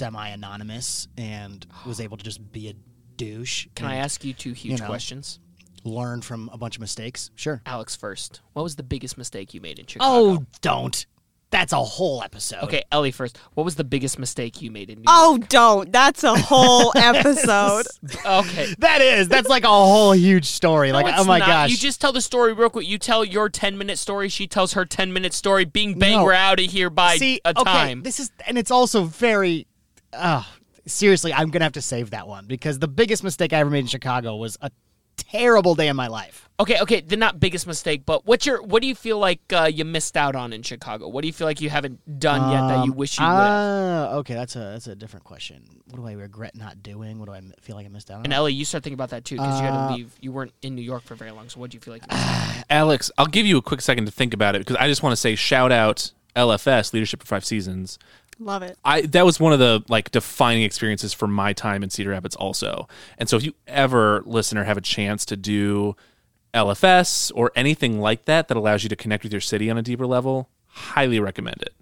S6: semi-anonymous and was able to just be a douche.
S4: Can I
S6: and
S4: ask you two huge
S6: Mm. know.
S4: questions?
S6: Learn from a bunch of mistakes. Sure.
S4: Alex first. What was the biggest mistake you made in Chicago?
S6: Oh, don't. that's a whole episode.
S4: Okay, Ellie first. What was the biggest mistake you made in New
S7: Oh, don't. That's a whole episode.
S4: York? Okay.
S6: That is. That's like a whole huge story. Like,
S4: No,
S6: oh
S4: it's
S6: my
S4: not.
S6: gosh.
S4: You just tell the story real quick. You tell your 10 minute story. She tells her 10 minute story. Bing, bang,
S6: No.
S4: we're out of here by
S6: See,
S4: a time.
S6: Okay, this is, and it's also very. Uh, seriously, I'm gonna have to save that one because the biggest mistake I ever made in Chicago was a terrible day in my life.
S4: okay, okay. The not biggest mistake, but what's your, what do you feel like uh, you missed out on in Chicago? What do you feel like you haven't done yet that you
S9: Um,
S4: wish you would
S9: uh,
S4: have?
S6: Um, Ah, okay, that's a that's a different question. What do I regret not doing? What do I m- feel like I missed out on?
S4: And Ellie, you start thinking about that too because you
S9: uh,
S4: had to leave. You weren't in New York for very long. So what do you feel like? You missed out on?
S9: Alex, I'll give you a quick second to think about it because I just want to say shout out LFS, Leadership for Five Seasons.
S7: Love it.
S9: I that was one of the like defining experiences for my time in Cedar Rapids also. And so if you ever listener have a chance to do LFS or anything like that that allows you to connect with your city on a deeper level, highly recommend it.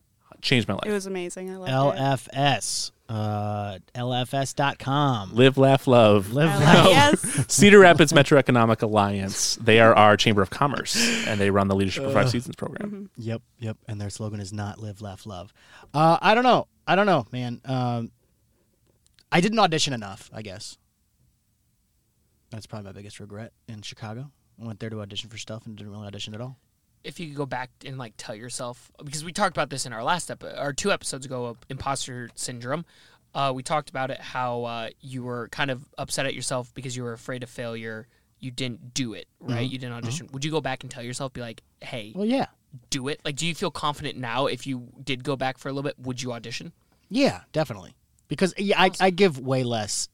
S9: Changed my life.
S7: It was amazing. I love it.
S6: LFS, uh, LFS.com.
S9: Live, laugh, love.
S6: Live
S7: L- yes.
S9: Cedar Rapids Metro Economic Alliance. They are our Chamber of Commerce and they run the Leadership for Five Seasons program.
S6: Yep, yep. And their slogan is not live, laugh, love. Uh, I don't know. I don't know, man. Um, I didn't audition enough, I guess. That's probably my biggest regret in Chicago. I went there to audition for stuff and didn't really audition at all.
S4: if you could go back and like tell yourself because we talked about this in our last episode or two episodes ago of imposter syndrome uh, we talked about it how uh, you were kind of upset at yourself because you were afraid of failure you didn't do it right you didn't audition would you go back and tell yourself be like hey
S6: Well, yeah.
S4: do it like do you feel confident now if you did go back for a little bit would you audition
S6: Yeah, definitely. Because yeah, I, I give way less.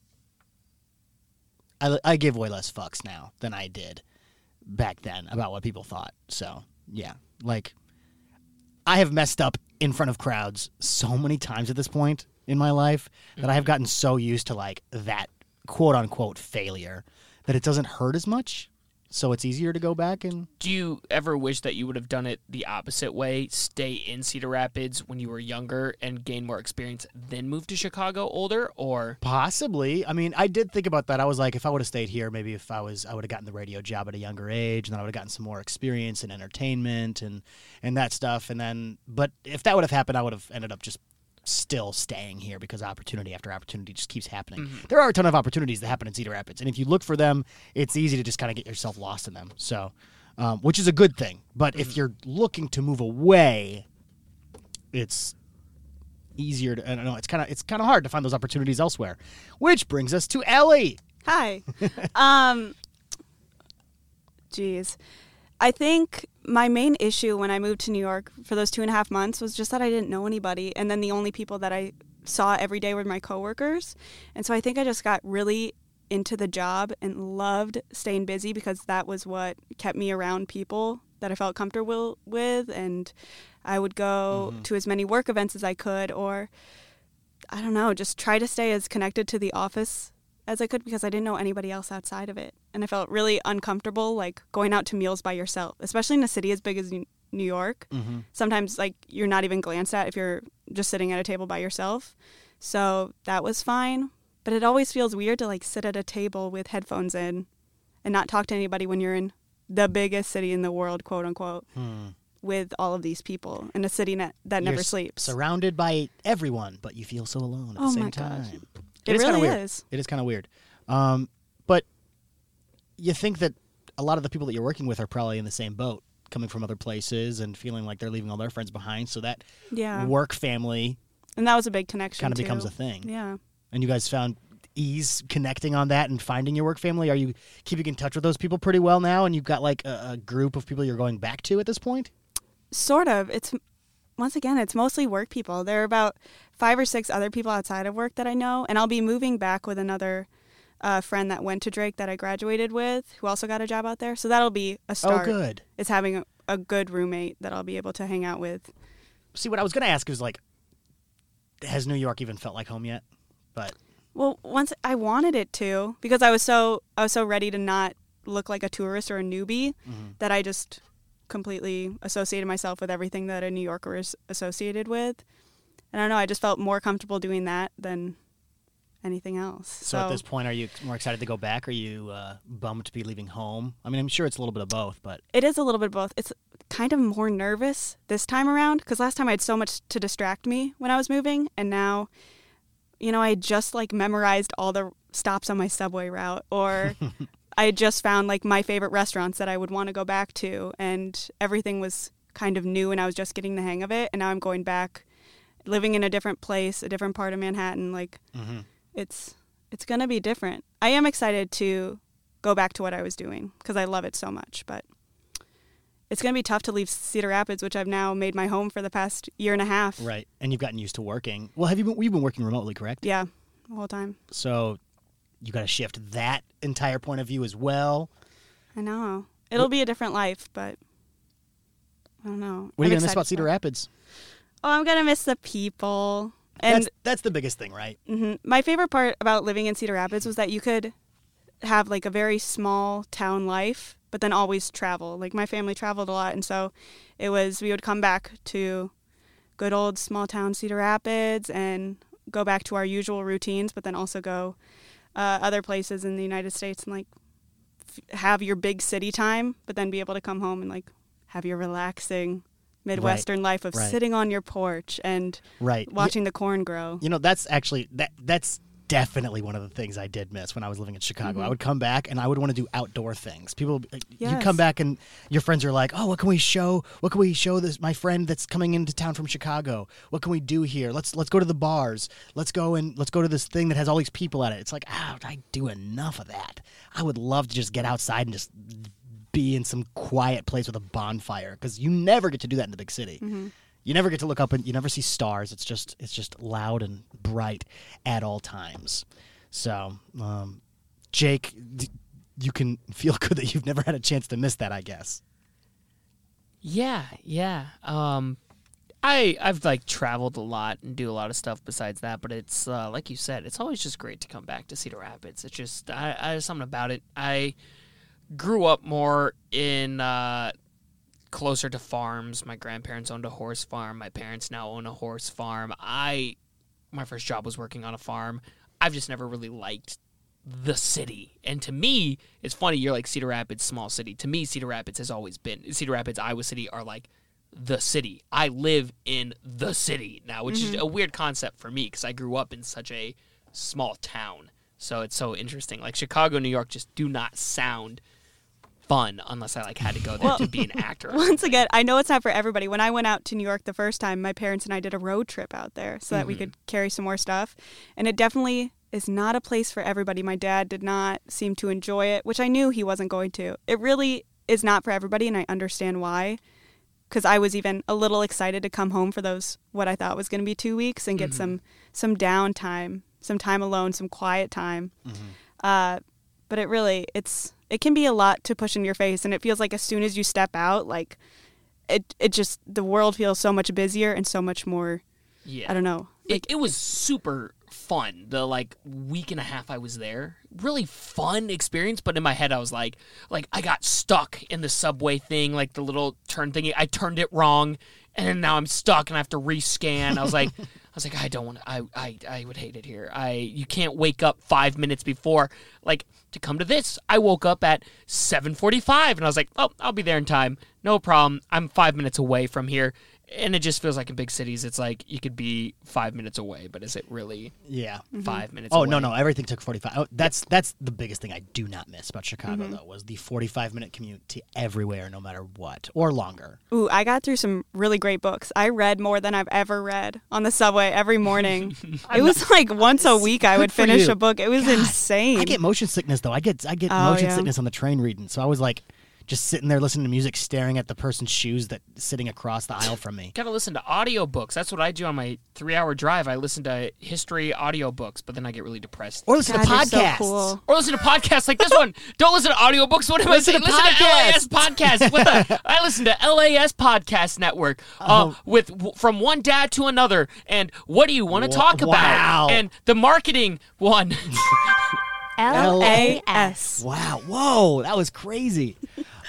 S6: I, I give way less fucks now than I did back then about what people thought. So yeah, like I have messed up in front of crowds so many times at this point in my life that I have gotten so used to like that quote unquote failure that it doesn't hurt as much. So it's easier to go back and
S4: do you ever wish that you would have done it the opposite way stay in cedar rapids when you were younger and gain more experience then move to chicago older or
S6: Possibly. I mean, I did think about that. I was like, if I would have stayed here, maybe if I was, I would have gotten the radio job at a younger age, and then I would have gotten some more experience in entertainment and and that stuff. And then, but if that would have happened, I would have ended up just still staying here because opportunity after opportunity just keeps happening. There are a ton of opportunities that happen in Cedar Rapids, and if you look for them, it's easy to just kind of get yourself lost in them. So, um, which is a good thing. But if you're looking to move away, it's easier to I don't know, it's kinda it's kinda hard to find those opportunities elsewhere. Which brings us to Ellie.
S7: Hi. um Jeez. I think my main issue when I moved to New York for those two and a half months was just that I didn't know anybody and then the only people that I saw every day were my coworkers. And so I think I just got really into the job and loved staying busy because that was what kept me around people that I felt comfortable with and I would go to as many work events as I could or I don't know, just try to stay as connected to the office as I could because I didn't know anybody else outside of it. And I felt really uncomfortable like going out to meals by yourself, especially in a city as big as New New York.
S6: Mm-hmm.
S7: Sometimes like you're not even glanced at if you're just sitting at a table by yourself. So that was fine, but it always feels weird to like sit at a table with headphones in and not talk to anybody when you're in the biggest city in the world, quote unquote, with all of these people in a city that, that
S6: Hmm. You're
S7: never
S6: s-
S7: sleeps.
S6: Surrounded by everyone, but you feel so alone at
S7: Oh
S6: the
S7: my
S6: same
S7: gosh.
S6: time.
S7: It
S6: kinda
S7: really
S6: weird.
S7: is.
S6: It is kinda weird. Um but you think that a lot of the people that you're working with are probably in the same boat, coming from other places and feeling like they're leaving all their friends behind. So that
S7: yeah.
S6: work family
S7: And that was a big connection.
S6: kind of
S7: too.
S6: becomes a thing.
S7: Yeah.
S6: And you guys found ease connecting on that and finding your work family. Are you keeping in touch with those people pretty well now? And you've got like a, a group of people you're going back to at this point?
S7: Sort of. It's once again, it's mostly work people. There are about five or six other people outside of work that I know, and I'll be moving back with another uh, friend that went to Drake that I graduated with, who also got a job out there. So that'll be a start.
S6: Oh, good.
S7: Is having a, a good roommate that I'll be able to hang out with.
S6: See, what I was going to ask is like, has New York even felt like home yet? But
S7: Well, once I wanted it to because I was so I was so ready to not look like a tourist or a newbie
S6: Mm-hmm.
S7: that I just completely associated myself with everything that a New Yorker is associated with. And I don't know, I just felt more comfortable doing that than anything else.
S6: so,
S7: So,
S6: at this point, are you more excited to go back? Are you uh, bummed to be leaving home? I mean, I'm sure it's a little bit of both, but
S7: it is a little bit of both. It's kind of more nervous this time around because last time I had so much to distract me when I was moving, and now, you know, I had just like memorized all the stops on my subway route, or I had just found like my favorite restaurants that I would want to go back to, and everything was kind of new, and I was just getting the hang of it, and now I'm going back, living in a different place, a different part of Manhattan, like it's it's gonna be different. I am excited to go back to what I was doing because I love it so much, but it's gonna be tough to leave Cedar Rapids, which I've now made my home for the past year and a half.
S6: Right. And you've gotten used to working. Well, have you been, we've been working remotely, correct?
S7: Yeah, the whole time.
S6: So you got to shift that entire point of view as well.
S7: I know it'll be a different life, but I don't know.
S6: What are you going
S7: I'm
S6: to miss
S7: excited
S6: about Cedar
S7: for it.
S6: Rapids?
S7: Oh, I'm gonna miss the people. And
S6: that's, that's the biggest thing, right?
S7: Mhm. My favorite part about living in Cedar Rapids was that you could have like a very small town life, but then always travel. Like my family traveled a lot, and so it was we would come back to good old small town Cedar Rapids and go back to our usual routines, but then also go uh, other places in the United States and like f- have your big city time, but then be able to come home and like have your relaxing Midwestern life of
S6: right.
S7: sitting on your porch and
S6: Right. Y-
S7: watching the corn grow.
S6: You know, that's actually that that's definitely one of the things I did miss when I was living in Chicago. I would come back and I would want to do outdoor things. People would be like, you
S7: Yes.
S6: come back and your friends are like, "Oh, what can we show? What can we show this my friend that's coming into town from Chicago? What can we do here? Let's let's go to the bars. Let's go and let's go to this thing that has all these people at it." It's like, "Ah, I do enough of that. I would love to just get outside and just be in some quiet place with a bonfire cuz you never get to do that in the big city." You never get to look up and you never see stars. It's just it's just loud and bright at all times. So, um, Jake, d- you can feel good that you've never had a chance to miss that. I guess.
S4: Yeah, yeah. Um, I I've like traveled a lot and do a lot of stuff besides that, but it's uh, like you said, it's always just great to come back to Cedar Rapids. It's just I, I there's something about it. I grew up more in uh, closer to farms. My grandparents owned a horse farm. My parents now own a horse farm. I my first job was working on a farm. I've just never really liked the city. And to me, it's funny, you're like Cedar Rapids, small city. To me, Cedar Rapids has always been Cedar Rapids, Iowa City are like the city. I live in the city now, which is a weird concept for me because I grew up in such a small town. So it's so interesting. Like Chicago, New York just do not sound fun unless I like had to go there to be an actor.
S7: Once again, I know it's not for everybody. When I went out to New York the first time, my parents and I did a road trip out there so that we
S4: Mm-hmm.
S7: could carry some more stuff. And it definitely is not a place for everybody. My dad did not seem to enjoy it, which I knew he wasn't going to. It really is not for everybody, and I understand why. Because I was even a little excited to come home for those what I thought was going to be two weeks and
S4: Mm-hmm.
S7: get some some downtime, some time alone, some quiet time. Uh, but it really it's it can be a lot to push in your face and it feels like as soon as you step out like it it just the world feels so much busier and so much more
S4: Yeah.
S7: i don't know
S4: it, it was super fun the like week and a half i was there really fun experience but in my head i was like like i got stuck in the subway thing like the little turn thingy i turned it wrong and then now i'm stuck and i have to rescan i was like i was like i don't want I, I i would hate it here i you can't wake up five minutes before like to come to this i woke up at 7.45 and i was like oh i'll be there in time no problem i'm five minutes away from here and it just feels like in big cities, it's like you could be five minutes away, but is it really
S6: Yeah.
S4: five minutes?
S6: Oh
S4: away?
S6: no no! Everything took forty five. Oh, that's that's the biggest thing I do not miss about Chicago though was the forty five minute commute to everywhere, no matter what, or longer.
S7: ooh i got through some really great books i read more than i've ever read on the subway every morning it was like once a week i would
S6: for
S7: finish
S6: you.
S7: a book it was insane
S6: I get motion sickness though. I get I get
S7: Oh,
S6: motion
S7: yeah.
S6: sickness on the train reading. So I was like just sitting there listening to music, staring at the person's shoes that sitting across the aisle from me.
S4: Gotta listen to audiobooks. That's what I do on my three hour drive. I listen to history audiobooks, but then I get really depressed. Or,
S6: Or listen
S7: God,
S6: to
S7: you're so
S6: podcasts.
S7: cool.
S4: listen to podcasts like this one. Don't listen to audiobooks. What am
S6: Listen
S4: I saying?
S6: to
S4: listen to LAS podcasts. What the? I listen to LAS Podcast Network uh, with w- From One Dad to Another and What Do You Want to
S6: Wa-
S4: Talk
S6: wow.
S4: About? And the marketing one.
S8: L A S.
S6: Wow. Whoa, that was crazy.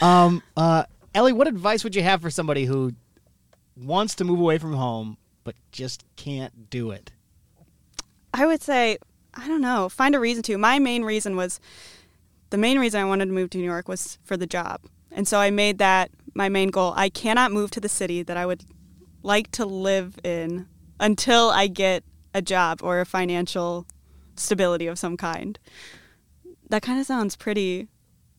S6: um, uh, Ellie, what advice would you have for somebody who wants to move away from home but just can't do it?
S7: I would say, I don't know, find a reason to. My main reason was the main reason I wanted to move to New York was for the job. And so I made that my main goal. I cannot move to the city that I would like to live in until I get a job or a financial stability of some kind. That kind of sounds pretty.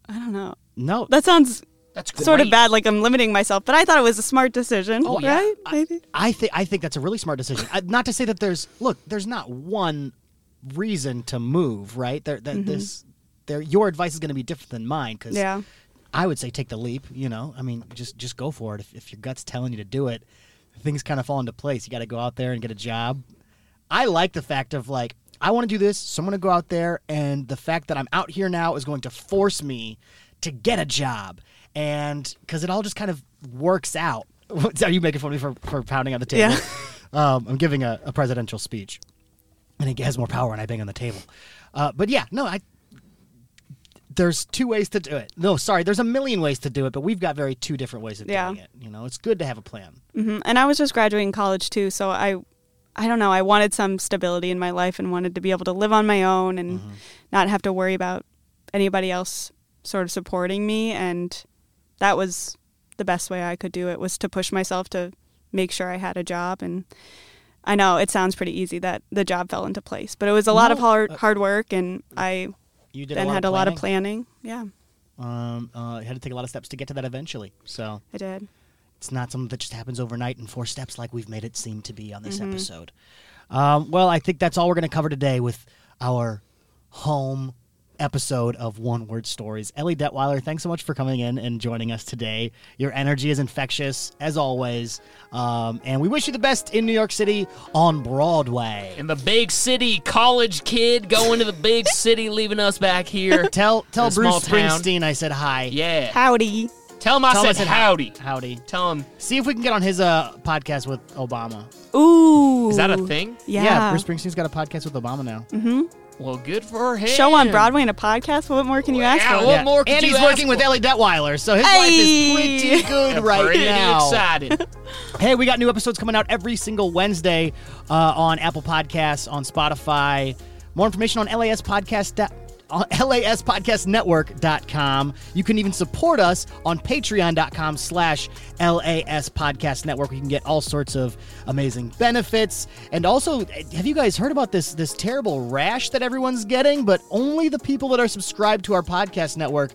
S7: I don't know.
S6: No,
S7: That sounds
S4: That's great.
S7: sort of bad, like I'm limiting myself, but I thought it was a smart decision,
S6: Oh, yeah.
S7: right? Maybe.
S6: I think I think that's a really smart decision. I, not to say that there's look, there's not one reason to move, right? There, that this, there, your advice is going to be different than mine because
S7: Yeah.
S6: I would say take the leap. You know, I mean, just just go for it. If, if your gut's telling you to do it, things kind of fall into place. You got to go out there and get a job. I like the fact of like I want to do this, so I'm going to go out there, and the fact that I'm out here now is going to force me to get a job, and because it all just kind of works out. Are you making fun of me for, for pounding on the table? Um, I'm giving a, a presidential speech, and it has more power, and I bang on the table. Uh, but yeah, no, I there's two ways to do it. No, sorry, there's a million ways to do it, but we've got very two different ways of
S7: Yeah.
S6: doing it. You know, it's good to have a plan.
S7: hmm And I was just graduating college too, so I, I don't know. I wanted some stability in my life and wanted to be able to live on my own and not have to worry about anybody else sort of supporting me. And that was the best way I could do it was to push myself to make sure I had a job. And I know it sounds pretty easy that the job fell into place, but it was a lot of
S6: No,
S7: hard
S6: uh,
S7: hard work, and I
S6: You did
S7: then
S6: a
S7: had a lot of planning. Yeah,
S6: Um, uh, you had to take a lot of steps to get to that eventually. So
S7: I did.
S6: it's not something that just happens overnight in four steps, like we've made it seem to be on this episode. Um, well, I think that's all we're going to cover today with our home episode of One Word Stories. Ellie Detweiler, thanks so much for coming in and joining us today. Your energy is infectious, as always. Um, and we wish you the best in New York City on Broadway.
S4: In the big city, college kid going to the big city, leaving us back here.
S6: Tell tell
S4: In a small
S6: Bruce
S4: town.
S6: Springsteen I said hi.
S4: Yeah.
S7: Howdy.
S4: Tell him I
S6: Tell him
S4: said howdy.
S6: Howdy.
S4: Tell him,
S6: See if we can get on his uh, podcast with Obama.
S7: Ooh.
S4: is that a thing?
S7: Yeah.
S6: Bruce Springsteen's got a podcast with Obama now.
S4: Well, good for him.
S7: show on Broadway and a podcast. What more can you ask
S4: Wow.
S7: for?
S4: What more could
S6: and
S4: you
S6: he's
S4: ask
S6: working with
S4: for?
S6: Ellie Detweiler, so his life is
S7: Hey.
S6: pretty good right
S4: Pretty
S6: now.
S4: excited.
S6: Hey, we got new episodes coming out every single Wednesday uh, on Apple Podcasts, on Spotify. More information on LAS Podcast. dot- on laspodcastnetwork.com. You can even support us on patreon.com slash LAS Podcast Network. You can get all sorts of amazing benefits. And also, have you guys heard about this this terrible rash that everyone's getting? But only the people that are subscribed to our podcast network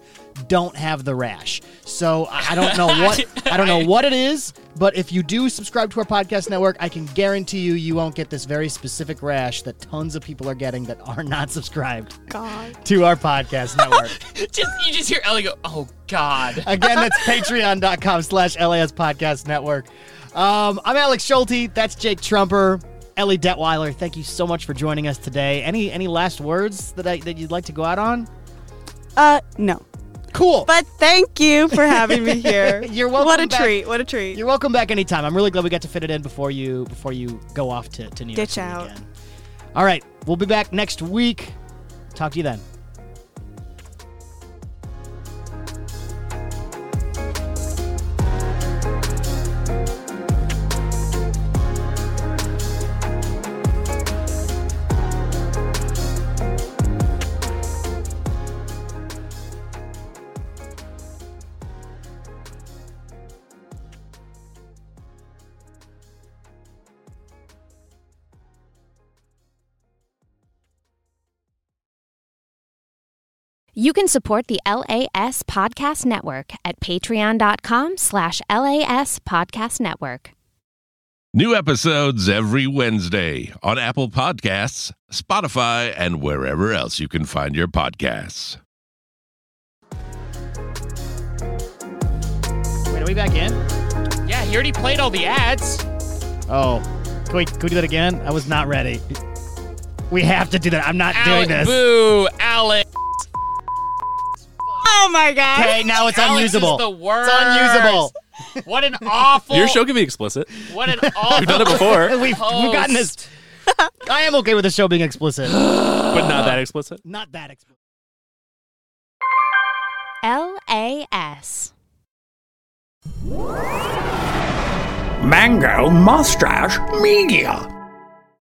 S6: don't have the rash. So I I don't know what I don't know what it is, but if you do subscribe to our podcast network, I can guarantee you you won't get this very specific rash that tons of people are getting that are not subscribed
S7: Oh, God.
S6: to our podcast network.
S4: just you just hear Ellie go, "Oh God."
S6: Again, that's patreon.com slash LAS Podcast Network. Um, I'm Alex Schulte. That's Jake Trumper. Ellie Detweiler, thank you so much for joining us today. Any any last words that I, that you'd like to go out on?
S7: Uh, no.
S6: Cool.
S7: But thank you for having me here.
S6: You're welcome
S7: What a
S6: back.
S7: treat. What a treat.
S6: You're welcome back anytime. I'm really glad we got to fit it in before you before you go off to, to New York
S7: Ditch
S6: City
S7: out.
S6: again. All right, we'll be back next week. Talk to you then.
S8: You can support the LAS Podcast Network at patreon.com slash LAS Podcast Network.
S3: New episodes every Wednesday on Apple Podcasts, Spotify, and wherever else you can find your podcasts.
S6: Wait, are we back in?
S4: Yeah, he already played all the ads.
S6: Oh, can we, can we do that again? I was not ready. We have to do that. I'm not
S4: Alec,
S6: doing this.
S4: Boo, Alex.
S7: Oh my God.
S6: Okay, now it's
S4: Alex is
S6: unusable.
S4: the
S6: It's unusable.
S4: What an awful.
S9: Your show can be explicit.
S4: What an awful.
S9: We've done it before,
S6: We've, we've gotten this. I am okay with the show being explicit.
S9: but not that explicit.
S6: Not that explicit.
S8: LAS.
S1: Mango Mustache Media.